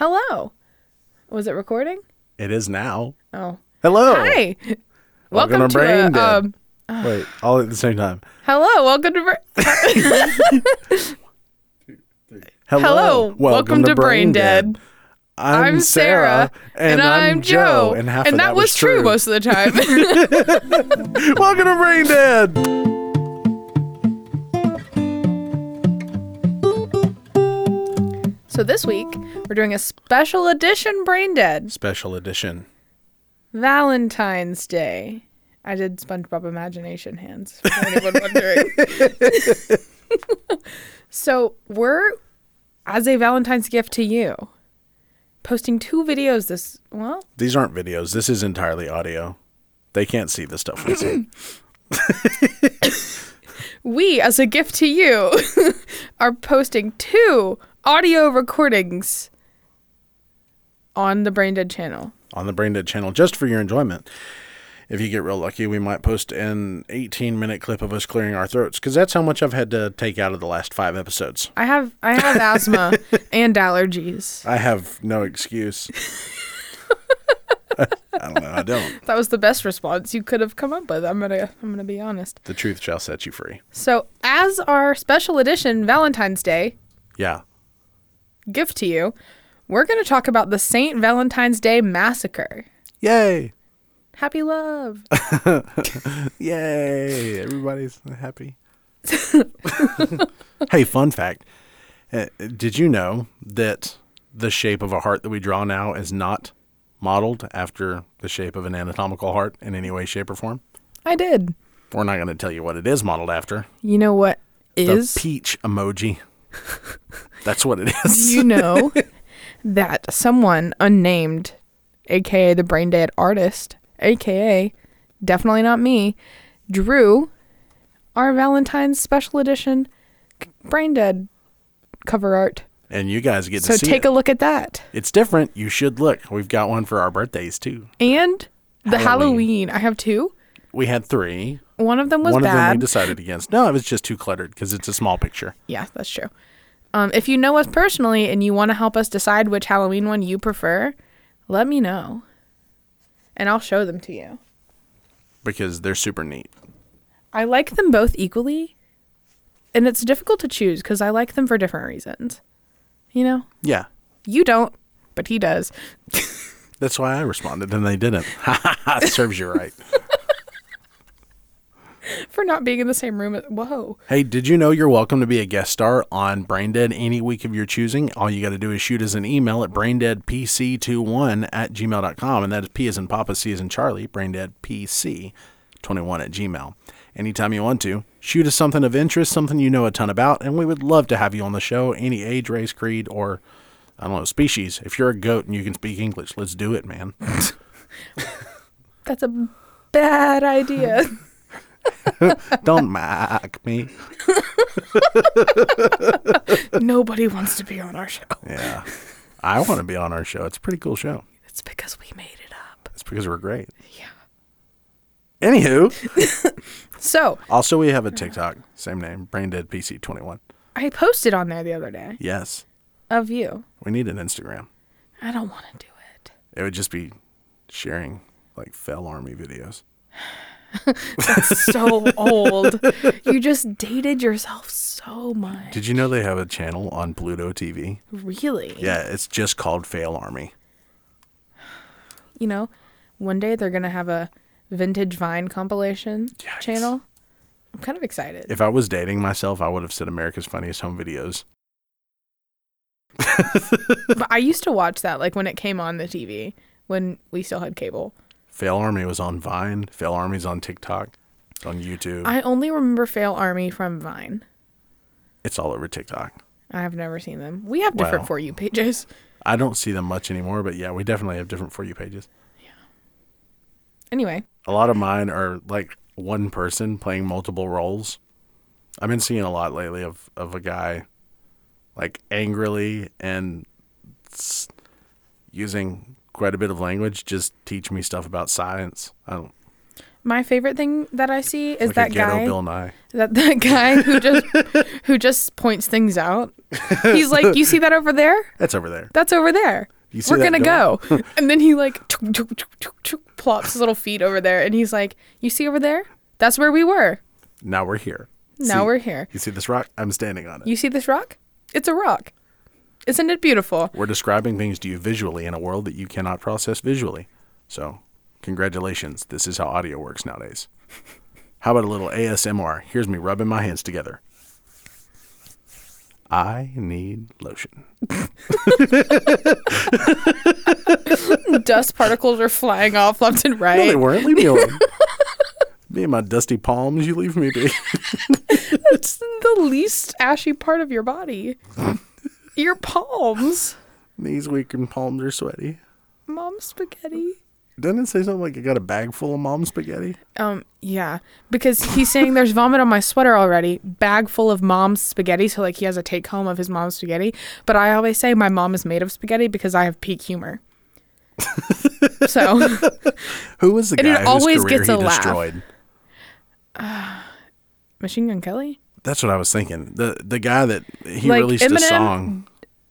Hello. Was it recording? It is now. Oh. Hello. Hey. Welcome, Welcome to to a, Brain Dead. um, Wait, all at the same time. hello. Welcome to Bra- Hello. Hello. Welcome to Brain Dead. I'm, I'm Sarah and, I'm, Joe. And half of that, was true. most of the time. Welcome to Brain Dead. so this week we're doing a special edition Brain Dead Special edition. Valentine's Day. I did SpongeBob imagination hands. For anyone wondering. so we're as a Valentine's gift to you, posting two videos this. Well, These aren't videos. This is entirely audio. They can't see the stuff we see. we, as a gift to you, are posting two audio recordings on the Brain Dead channel. on the Brain Dead channel just for your enjoyment. If you get real lucky, we might post an 18 minute clip of us clearing our throats because that's how much I've had to take out of the last five episodes. I have I have asthma and allergies. I have no excuse. I don't know. I don't. That was the best response you could have come up with. I'm gonna I'm gonna be honest. The truth shall set you free. So as our special edition Valentine's Day Yeah. gift to you, we're gonna talk about the Saint Valentine's Day massacre. Yay. Happy love. Yay. Everybody's happy. hey, fun fact. Uh, did you know that the shape of a heart that we draw now is not modeled after the shape of an anatomical heart in any way, shape, or form? I did. We're not going to tell you what it is modeled after. You know what is The peach emoji. That's what it is. Do you know that someone unnamed, aka the brain dead artist, aka definitely not me, drew our Valentine's special edition c- brain dead cover art. And you guys get to So see take it. a look at that. it's different. You should look. We've got one for our birthdays too. And the Halloween. Halloween. I have two. We had three. One of them was one of them bad. we decided against. No, it was just too cluttered because it's a small picture. yeah, that's true. Um, if you know us personally and you want to help us decide which Halloween one you prefer, let me know. And I'll show them to you. because they're super neat. I like them both equally, and it's difficult to choose because I like them for different reasons. You know, Yeah. you don't, but he does. That's why I responded and they didn't. Serves you right. For not being in the same room. At, whoa. Hey, did you know you're welcome to be a guest star on Brain Dead any week of your choosing? All you got to do is shoot us an email at braindeadpc21 at gmail.com. And that is P as in Papa, C as in Charlie, braindeadpc21 at gmail. Anytime you want to, shoot us something of interest, something you know a ton about, and we would love to have you on the show, any age, race, creed, or, I don't know, species. If you're a goat and you can speak English, let's do it, man. That's a bad idea. don't mock me. Nobody wants to be on our show. Yeah. I want to be on our show. It's a pretty cool show. It's because we made it up. It's because we're great. Yeah. Anywho, So also we have a TikTok, same name, Brain Dead PC 21. I posted on there the other day Yes. of you. We need an Instagram. I don't want to do it. It would just be sharing like fell army videos. It's so old. You just dated yourself so much. Did you know they have a channel on Pluto TV? Really? Yeah, it's just called Fail Army. you know, one day they're gonna have a vintage Vine compilation Yikes. channel. I'm kind of excited. If I was dating myself, I would have said America's Funniest Home Videos. but I used to watch that like when it came on the TV when we still had cable. Fail Army was on Vine. Fail Army's on TikTok. It's on YouTube. I only remember Fail Army from Vine. it's all over TikTok. I have never seen them. We have different Wow. for you pages. I don't see them much anymore, but yeah, we definitely have different for you pages. Anyway, A lot of mine are like one person playing multiple roles. I've been seeing a lot lately of of a guy like angrily and s- using quite a bit of language just teach me stuff about science. I don't My favorite thing that I see is like that a ghetto guy Bill Nye. that that guy who just who just points things out. He's like, "You see that over there? That's over there. That's over there. You see We're that gonna go." and then he like chuk, chuk, chuk, chuk, chuk, plops his little feet over there, and he's like, "You see over there? That's where we were. Now we're here. Now See- we're here. You see this rock? I'm standing on it. You see this rock? It's a rock. Isn't it beautiful? We're describing things to you visually in a world that you cannot process visually. So, congratulations. This is how audio works nowadays. How about a little ASMR? Here's me rubbing my hands together. I need lotion. Dust particles are flying off left and No, they right. weren't. Leave me alone. me and my dusty palms, you leave me be. It's the least ashy part of your body. Your palms, Knees weak and palms are sweaty. mom spaghetti. Doesn't it say something like I got a bag full of mom spaghetti? Um, yeah, because he's saying there's vomit on my sweater already, bag full of mom's spaghetti. So, like, he has a take home of his mom's spaghetti. But I always say my mom is made of spaghetti because I have peak humor. so, Who was the And guy it whose always career gets he a laugh. destroyed? Machine Gun Kelly? That's what I was thinking. The the guy that he Like released a Eminem- song.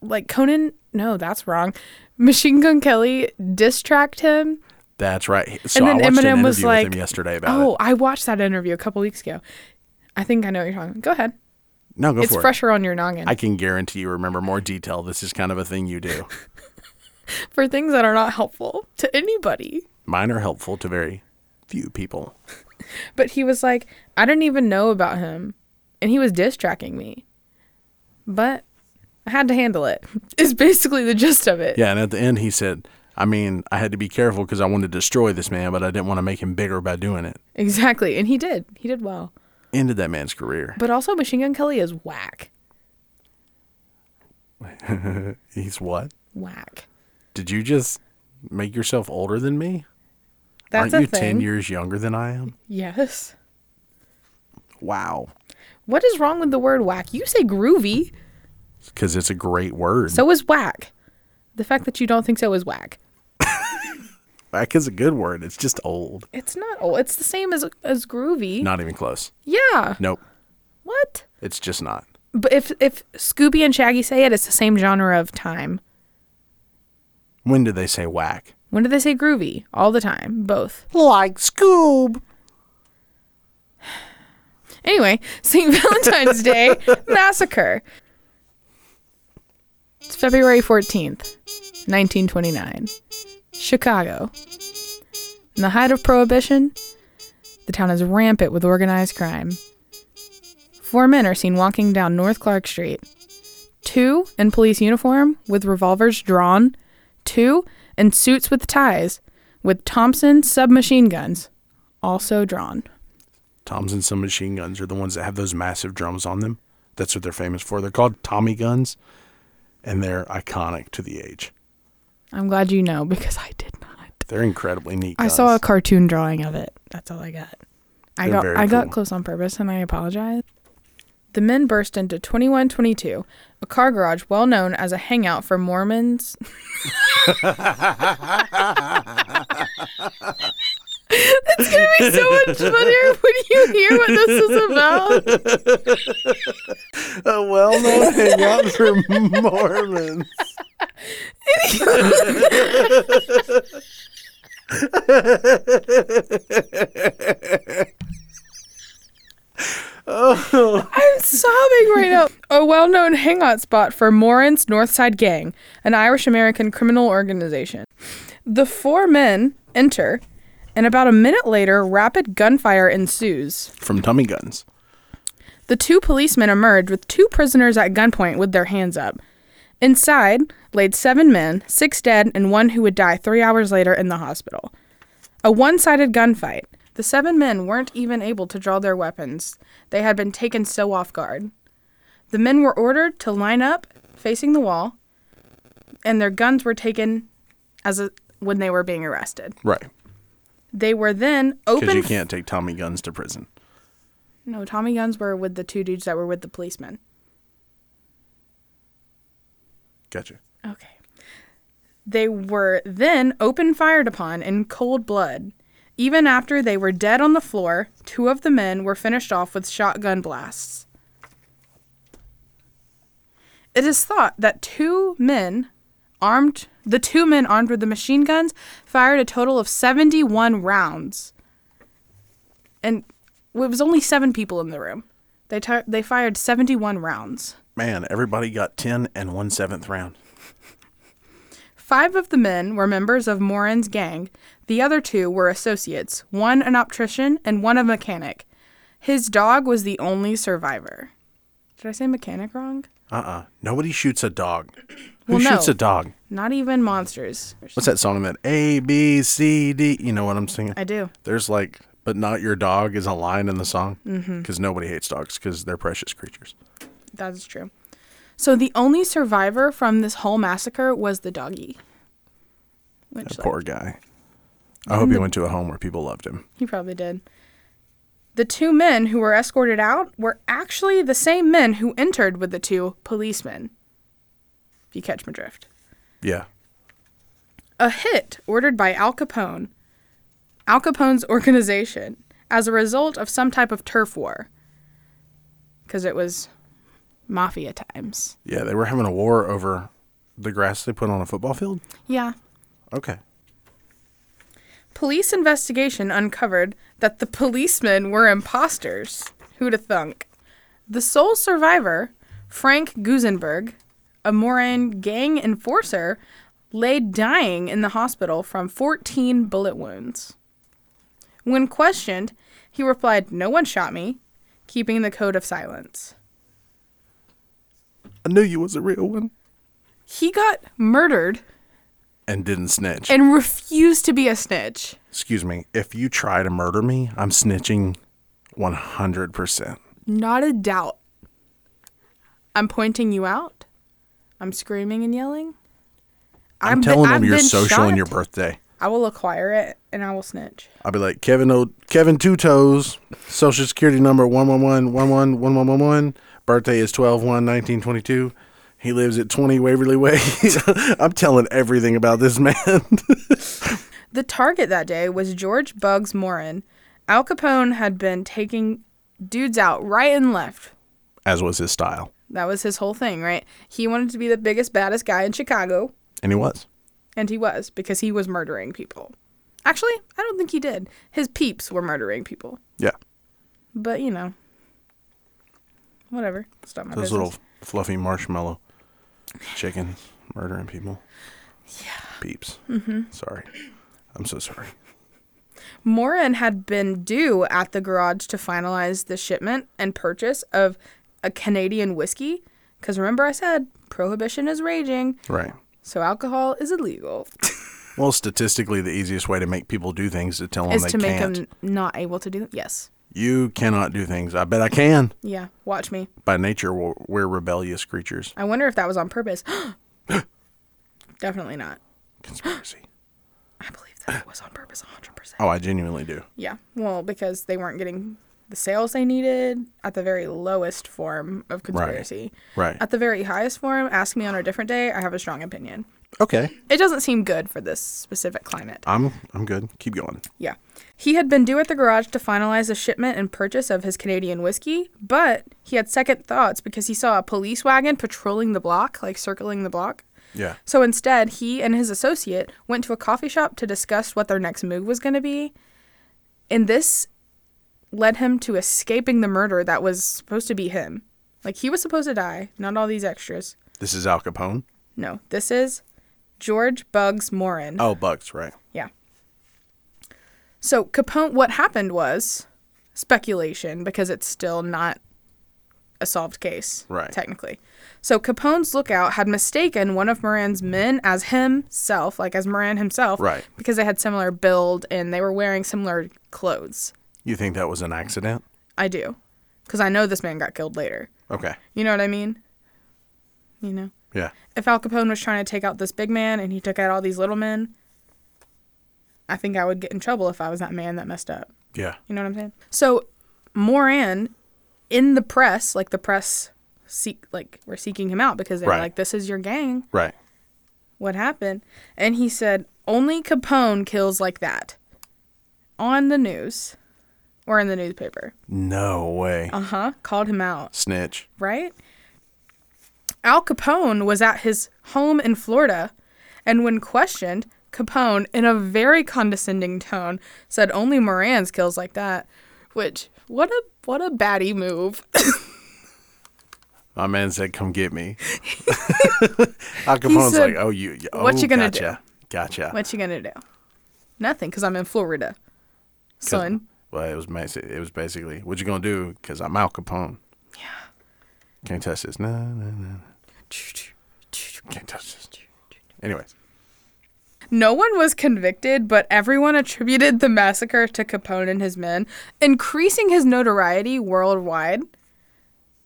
Like, Conan? No, that's wrong. Machine Gun Kelly diss tracked him. That's right. So And I then watched an Eminem was interview with him like, yesterday about Oh, it. I watched that interview a couple weeks ago. I think I know what you're talking about. Go ahead. No, go It's for fresher on your noggin. it. I can guarantee you remember more detail. This is kind of a thing you do. for things that are not helpful to anybody. Mine are helpful to very few people. But he was like, I didn't even know about him. And he was diss tracking me. But I had to handle it. It's basically the gist of it. Yeah, and at the end he said, I mean, I had to be careful because I wanted to destroy this man, but I didn't want to make him bigger by doing it. Exactly. And he did. He did well. Ended that man's career. But also, Machine Gun Kelly is whack. He's what? Whack. Did you just make yourself older than me? That's Aren't you a thing. 10 years younger than I am? Yes. Wow. What is wrong with the word whack? You say groovy. Because it's a great word. So is whack. The fact that you don't think so is whack. Back is a good word. It's just old. It's not. Oh, it's the same as as groovy. Not even close. Yeah. Nope. What? It's just not. But if if Scooby and Shaggy say it, it's the same genre of time. When did they say whack? When do they say groovy? All the time, both. Like Scoob. Anyway, St. Valentine's Day Massacre. It's February 14th, 1929. Chicago. In the height of Prohibition, the town is rampant with organized crime. Four men are seen walking down North Clark Street. Two in police uniform with revolvers drawn, two in suits with ties, with Thompson submachine guns also drawn. Toms and some machine guns are the ones that have those massive drums on them. That's what they're famous for. They're called Tommy guns, and they're iconic to the age. I'm glad you know because I did not. They're incredibly neat. I guns. saw a cartoon drawing of it. That's all I got. I They're got very I got cool. close on purpose and I apologize. The men burst into 2122, a car garage well known as a hangout for Mormons. it's going to be so much funnier when you hear what this is about. a well-known hangout for Mormons. I'm sobbing right now. A well known hangout spot for Morin's Northside Gang, an Irish American criminal organization. The four men enter, and about a minute later, rapid gunfire ensues. From Tommy guns. The two policemen emerge with two prisoners at gunpoint with their hands up. Inside laid seven men, six dead, and one who would die three hours later in the hospital. A one sided gunfight. The seven men weren't even able to draw their weapons, they had been taken so off guard. The men were ordered to line up facing the wall, and their guns were taken as a, when they were being arrested. Right. They were then Because opened. you can't take Tommy guns to prison. no, Tommy guns were with the two dudes that were with the policemen. Gotcha. Okay. They were then open fired upon in cold blood. Even after they were dead on the floor, two of the men were finished off with shotgun blasts. It is thought that two men armed the two men armed with the machine guns fired a total of 71 rounds. And it was only 7 people in the room. They ti they fired 71 rounds. Man, everybody got 10 and one seventh round. Five of the men were members of Morin's gang. The other two were associates, one an optician and one a mechanic. His dog was the only survivor. Did I say mechanic wrong? Uh uh Nobody shoots a dog. Who Well, shoots no. a dog? Not even monsters. What's that song that A, B, C, D? You know what I'm singing? I do. There's like, but not your dog is a line in the song because Mm-hmm. nobody hates dogs because they're precious creatures. That is true. So the only survivor from this whole massacre was the doggy. Which like, Poor guy. I hope he went to a home where people loved him. he probably did. The two men who were escorted out were actually the same men who entered with the two policemen. If you catch my drift. Yeah. a hit ordered by Al Capone, Al Capone's organization, as a result of some type of turf war. Because it was mafia times. Yeah. They were having a war over the grass they put on a football field. Yeah. Okay. Police investigation uncovered that the policemen were imposters. Who'd have thunk? The sole survivor, Frank Gusenberg, a Moran gang enforcer, lay dying in the hospital from 14 bullet wounds. When questioned, he replied, No one shot me, keeping the code of silence. I knew you was a real one. He got murdered And didn't snitch. and refused to be a snitch. Excuse me. If you try to murder me, I'm snitching 100%. Not a doubt. I'm pointing you out. I'm screaming and yelling. I'm I've telling been- them I've your been social and shot. your birthday. I will acquire it and I will snitch. I'll be like Kevin O Kevin Two Toes, social security number one one one one one one one one one. Birthday is 12 1 1922. He lives at 20 Waverly Way. I'm telling everything about this man. The target that day was George Bugs Morin. Al Capone had been taking dudes out right and left. As was his style. That was his whole thing, right? He wanted to be the biggest, baddest guy in Chicago, And he was. and he was because he was murdering people. Actually, I don't think he did. His peeps were murdering people. Yeah. But, you know, whatever. It's not my Those business. little fluffy marshmallow chickens murdering people. Yeah. Peeps. Mm-hmm. Sorry. I'm so sorry. Morin had been due at the garage to finalize the shipment and purchase of a Canadian whiskey. Because remember, I said prohibition is raging, Right. so alcohol is illegal. Well, statistically, the easiest way to make people do things is to tell them is they to make can't. them not able to do Yes. You cannot do things. I bet I can. Yeah. Watch me. By nature, we're, we're rebellious creatures. I wonder if that was on purpose. Definitely not. Conspiracy. I believe that it was on purpose 100%. oh, I genuinely do. Yeah. Well, because they weren't getting the sales they needed at the very lowest form of conspiracy. Right. At the very highest form, ask me on a different day. I have a strong opinion. Okay. It doesn't seem good for this specific climate. I'm I'm good. Keep going. Yeah. He had been due at the garage to finalize the shipment and purchase of his Canadian whiskey, but he had second thoughts because he saw a police wagon patrolling the block, like circling the block. Yeah. So instead, he and his associate went to a coffee shop to discuss what their next move was going to be. And this led him to escaping the murder that was supposed to be him. Like, he was supposed to die, not all these extras. This is Al Capone. No, this is George Bugs Morin. Oh, Bugs, right. Yeah. So Capone, what happened was speculation because it's still not a solved case, Right. Technically, so Capone's lookout had mistaken one of Moran's men as himself, like as Moran himself, Right. Because they had similar build and they were wearing similar clothes. You think that was an accident? I do, because I know this man got killed later. Okay. You know what I mean? You know, Yeah. if Al Capone was trying to take out this big man and he took out all these little men, I think I would get in trouble if I was that man that messed up. Yeah. You know what I'm saying? So Moran in the press, like the press seek like we're seeking him out because they Right. were like, This is your gang. Right. What happened? And he said, Only Capone kills like that. on the news or in the newspaper. No way. Uh huh. Called him out, Oh. Snitch. right? Al Capone was at his home in Florida, and when questioned, Capone, in a very condescending tone, said only Moran's kills like that. Which, what a what a baddie move. My man said, "Come get me." Al Capone's said, like, "Oh, you. Oh, "What you gonna do?" gotcha. Gotcha. what you gonna do? Nothing, because I'm in Florida, 'Cause- son. Well, it was basi- it was basically, "What you gonna do?" Because I'm Al Capone. Yeah. Can't touch this. No, no, no. Can't touch this. Anyways, No one was convicted, but everyone attributed the massacre to Capone and his men, increasing his notoriety worldwide.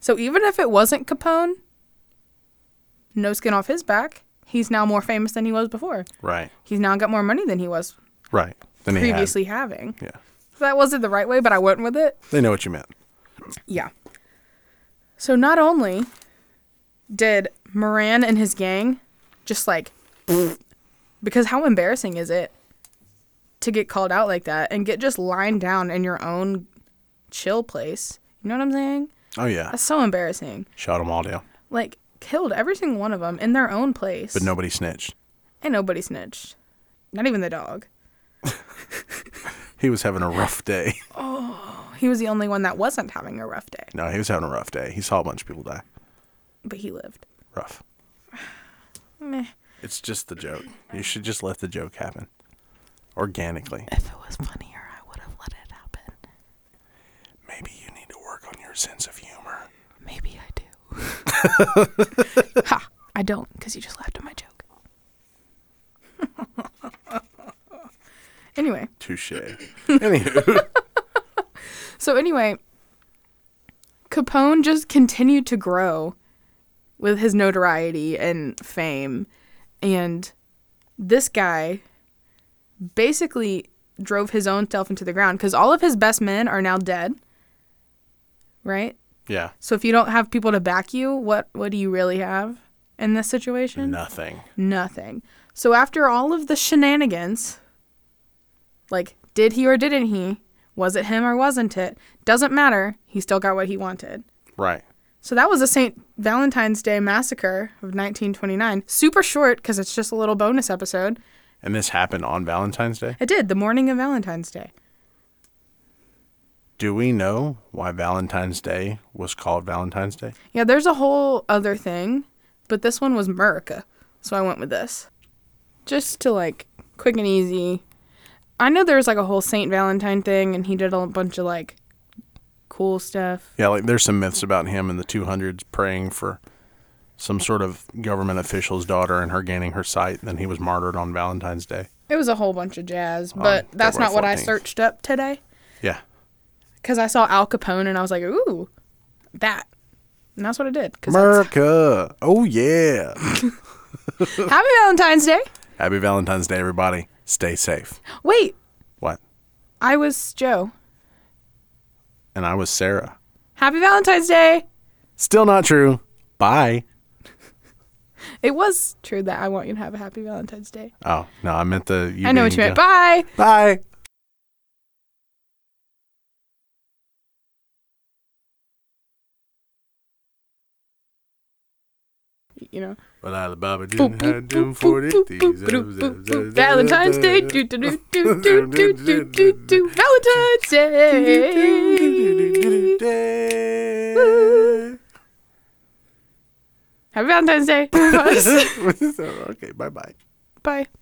So even if it wasn't Capone, no skin off his back, he's now more famous than he was before. right, He's now got more money than he was right. Then he had- previously having. yeah. So that wasn't the right way, but I went with it. They know what you meant. Yeah. So not only did Moran and his gang just like because how embarrassing is it to get called out like that and get just lined down in your own chill place? You know what I'm saying? Oh yeah, That's so embarrassing. shot them all down, Like killed every single one of them in their own place. but nobody snitched. And nobody snitched. Not even the dog. He was having a rough day. He was the only one that wasn't having a rough day, no, he was having a rough day. He saw a bunch of people die. but he lived. Rough. Meh. It's just the joke. You should just let the joke happen organically. If it was funnier, I would have let it happen. Maybe you need to work on your sense of humor. Maybe I do. ha! I don't, because you just laughed at my joke. anyway, Touche. Anywho, so anyway, Capone just continued to grow with his notoriety and fame. And this guy basically drove his own self into the ground because all of his best men are now dead, right? yeah, So if you don't have people to back you, what what do you really have in this situation? nothing. Nothing. So after all of the shenanigans, like did he or didn't he? Was it him or wasn't it? Doesn't matter. He still got what he wanted. Right. So that was the St. Valentine's Day massacre of 1929. Super short because it's just a little bonus episode. And this happened on Valentine's Day. It did the morning of Valentine's Day. Do we know why Valentine's Day was called Valentine's Day? Yeah, there's a whole other thing, but this one was Murica, so I went with this. Just to like quick and easy. I know there's like a whole Saint Valentine thing, and he did a bunch of like cool stuff. Yeah, like there's some myths about him in the 200s praying for some sort of government official's daughter and her gaining her sight. Then he was martyred on Valentine's Day. It was a whole bunch of jazz, but that's not February what I 14th. searched up today Yeah. because I saw Al Capone and I was like, ooh, that. And that's what I did. 'cause that's- America. Oh, yeah. Happy Valentine's Day. Happy Valentine's Day, everybody. Stay safe. Wait, What? I was Joe. And I was Sarah. Happy Valentine's Day. Still not true. Bye. It was true that I want you to have a happy Valentine's Day. Oh, no, I meant the. I know what you meant. Bye. Bye. You know. Well, Alibaba Boop, didn't boop, have them boop, for boop, it. boop, boop, boop, boop. Valentine's Day. Do, do, do, do, do, do, do, do, do. Valentine's Day. Happy Valentine's Day. okay, bye bye. Bye.